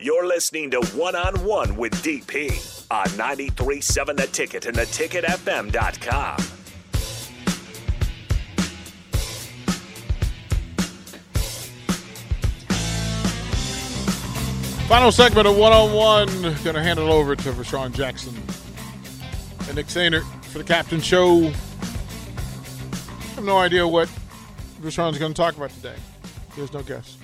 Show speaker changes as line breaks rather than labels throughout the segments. You're listening to One on One with DP on 93.7 The Ticket and theticketfm.com.
Final segment of one on one. Going to hand it over to Rashawn Jackson and Nick Sainer for the captain show. I have no idea what Rashawn's going to talk about today. There's no guess.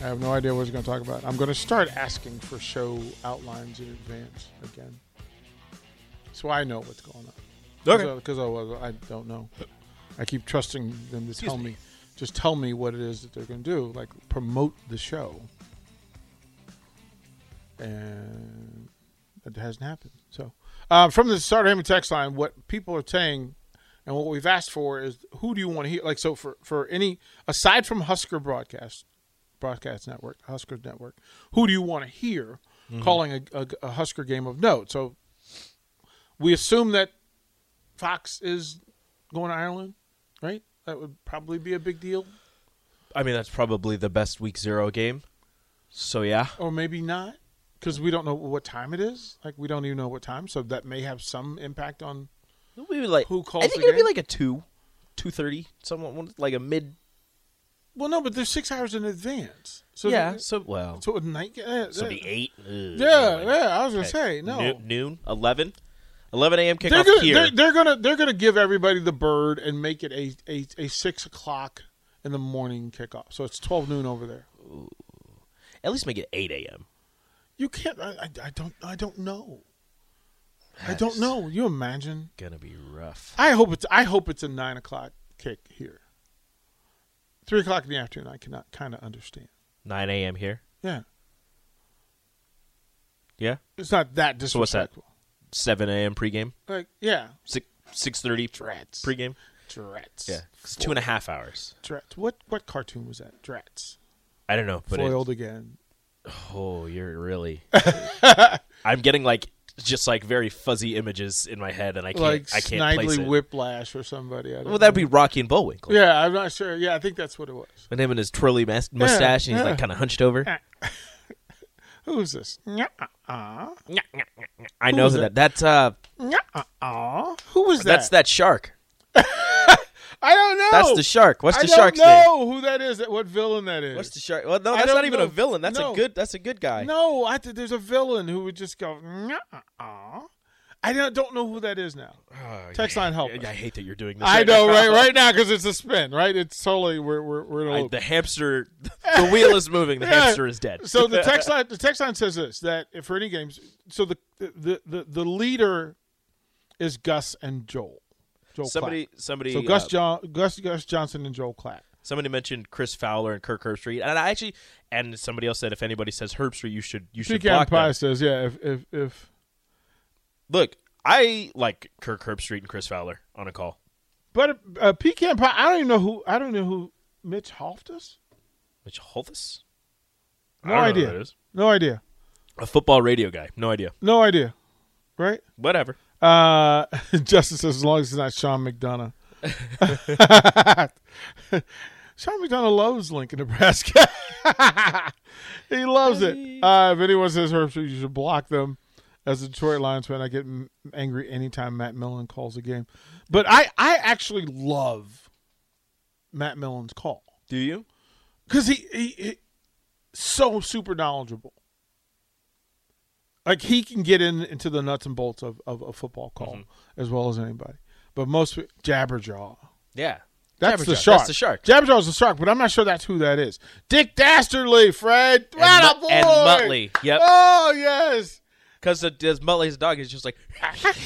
I have no idea what he's going to talk about. I'm going to start asking for show outlines in advance again, so I know what's going on.
Okay.
Because I, I don't know. I keep trusting them to tell me, just tell me what it is that they're going to do, like promote the show and it hasn't happened. So, uh, from the Starter Hammond text line, what people are saying and what we've asked for is who do you want to hear? Like, so for, for any, aside from Husker Broadcast, Broadcast Network, Husker Network, who do you want to hear calling a, a, a Husker game of note? So, we assume that Fox is going to Ireland, right? That would probably be a big deal,
I mean, that's probably the best week zero game. So yeah,
or maybe not, because we don't know what time it is. Like, we don't even know what time, so that may have some impact on.
it'll be like
Who calls
I think
the
it'll be
game?
like a two, two thirty, someone like a mid.
Well, no, but they're six hours in advance. So
yeah.
the-
So well,
so at night. Yeah,
so it'll be eight. Ugh,
yeah,
anyway.
yeah. I was gonna
Okay.
say no.
Noo- noon, 11? 11 a.m.
They're
kickoff
gonna,
here.
they're, they're gonna they're gonna give everybody the bird and make it a, a, a six o'clock in the morning kickoff. So it's twelve noon over there.
At least make it eight a.m.
You can't. I, I, I don't. I don't know. I don't know. You imagine?
Gonna be rough.
I hope it's. I hope it's a nine o'clock kick here. Three o'clock in the afternoon. I cannot kind of understand.
Nine a.m. here.
Yeah,
Yeah.
it's not that
So what's that?
disrespectful.
Seven a.m. pregame.
Like yeah,
Six six thirty
Drats.
pregame.
Drats.
Yeah, it's two and a half hours.
Drats. What what cartoon was that? Drats.
I don't know, but it-
Foiled again.
oh, you're really. I'm getting like just like very fuzzy images in my head, and I can't.
Like
I can't
Snidely
place it.
Whiplash or somebody. I don't
Well, that'd
know.
be Rocky and Bullwinkle.
Yeah, I'm not sure. Yeah, I think that's what it was.
With him and his twirly mas- mustache, and he's
yeah.
like kind of hunched over.
Who's this? Nyah-uh-uh.
I know
was
that. That's uh,
Nyah-uh-uh. Who was that?
that's that shark.
I don't know.
That's the shark. What's
I
the
don't
shark's name?
know who that is. What villain that is?
What's the shark? Well, no,
I
that's
don't
not even
know.
a villain. That's
No.
a good. That's a good guy.
no, I th- there's a villain who would just go. Nyah-uh-uh. I don't don't know who that is now.
Oh,
Text line help.
I, I hate that you're doing this.
I
right
know
now.
right right now because it's a spin. Right, it's totally we're we're we're in a
I-
loop.
the hamster, the wheel is moving. The
Yeah.
hamster is dead.
so the text line the text line says this that if for any games so the the the, the leader is Gus and Joel. Joel
somebody,
Klatt.
somebody,
So Gus
uh,
John Gus Gus Johnson and Joel Clatt.
somebody mentioned Chris Fowler and Kirk Herbstreit, and I actually, and somebody else said if anybody says Herbstreit, you should, you should
Pecan
block
Pie
them.
says, yeah, if if if
Look, I like Kirk Herbstreit and Chris Fowler on a call.
but uh, Pecan Pie I don't even know who I don't know who Mitch Hoftus?
Mitch Holthus?
No
I don't know who
idea.
that is.
No idea.
A football radio guy. No idea.
No idea. Right?
Whatever.
Uh Justin says as long as it's not Sean McDonough. Sean McDonough loves Lincoln, Nebraska. he loves it. Uh, if anyone says Herb Street, you should block them. As a Detroit Lions fan, I get m- angry anytime Matt Millen calls a game. But I, I actually love Matt Millen's call
Do you?
because he, he, he so super knowledgeable. Like he can get in into the nuts and bolts of, of a football call
Mm-hmm.
as well as anybody. But most Jabberjaw.
Yeah.
That's
Jabberjaw.
the shark.
That's the shark.
Jabberjaw is the shark, but I'm not sure that's who that is. Dick Dastardly, Fred. And,
Mut- and Muttley. Yep.
Oh yes.
Because Muttley's dog is just like.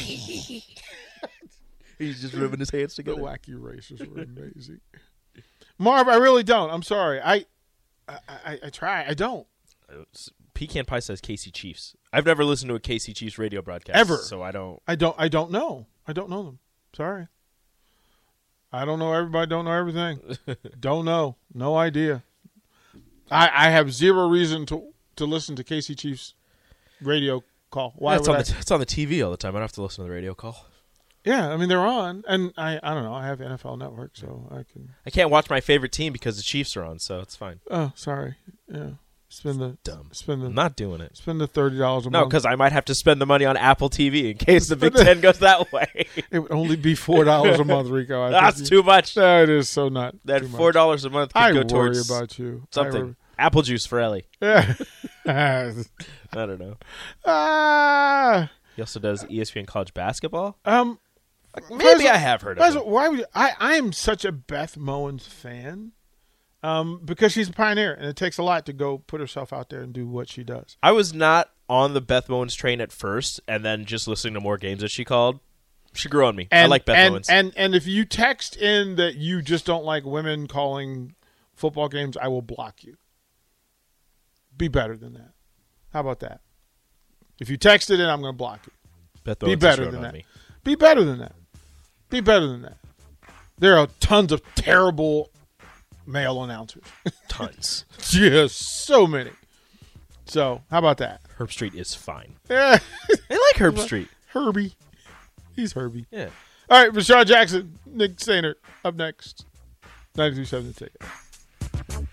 He's just rubbing his hands
The
together.
wacky races were amazing. Marv, I really don't. I'm sorry. I, I, I, I try. I don't.
Pecan Pie says KC Chiefs. I've never listened to a KC Chiefs radio broadcast.
Ever.
So I don't.
I don't. I don't know. I don't know them. Sorry. I don't know everybody. Don't know everything. don't know. No idea. I I have zero reason to to listen to KC Chiefs radio call. Why
That's
would
on,
I?
the, it's on the TV all the time. I don't have to listen to the radio call.
yeah, I mean they're on, and I I don't know. I have NFL Network, so I can.
I can't watch my favorite team because the Chiefs are on, so it's fine.
Oh, sorry. Yeah. Spend the
Dumb.
Spend the
I'm not doing it.
spend the thirty dollars a
No,
month.
because I might have to spend the money on Apple TV in case the Big Ten goes that way.
it would only be four dollars a month, Rico. I
That's
think
too much.
you- No, it is so not
That
too much.
four dollars a month could
I
go
worry
towards
about you. I
something.
worry-
Apple juice for Ellie.
Yeah.
I don't know.
Ah.
He also does E ESPN college basketball.
um.
Maybe I have heard of
Guys,
him.
why would you, I? I am such a Beth Mowens fan, um, because she's a pioneer, and it takes a lot to go put herself out there and do what she does.
I was not on the Beth Mowens train at first, and then just listening to more games that she called, she grew on me.
And,
I like Beth
and,
Mowens.
And and if you text in that you just don't like women calling football games, I will block you. Be better than that. How about that? If you text it in, I'm going to block you.
Beth
Be
Mowens has
better
grown
than
on
that.
me.
Be better than that. Be better than that. There are tons of terrible male announcers.
Tons.
Just so many. So how about that?
Herb Street is fine.
Yeah,
I like Herb Street.
Herbie. He's Herbie.
Yeah.
All right, Rashad Jackson, Nick Sainer up next. 92.7 the ticket.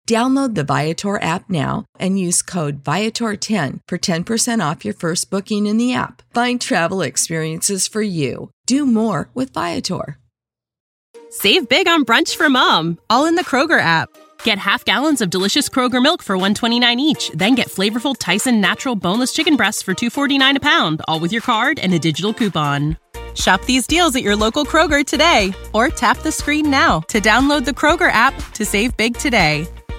Download the Viator app now and use code Viator10 for 10% off your first booking in the app. Find travel experiences for you. Do more with Viator.
Save big on brunch for mom, all in the Kroger app. Get half gallons of delicious Kroger milk for 129 each, then get flavorful Tyson natural boneless chicken breasts for 249 a pound, all with your card and a digital coupon. Shop these deals at your local Kroger today or tap the screen now to download the Kroger app to save big today.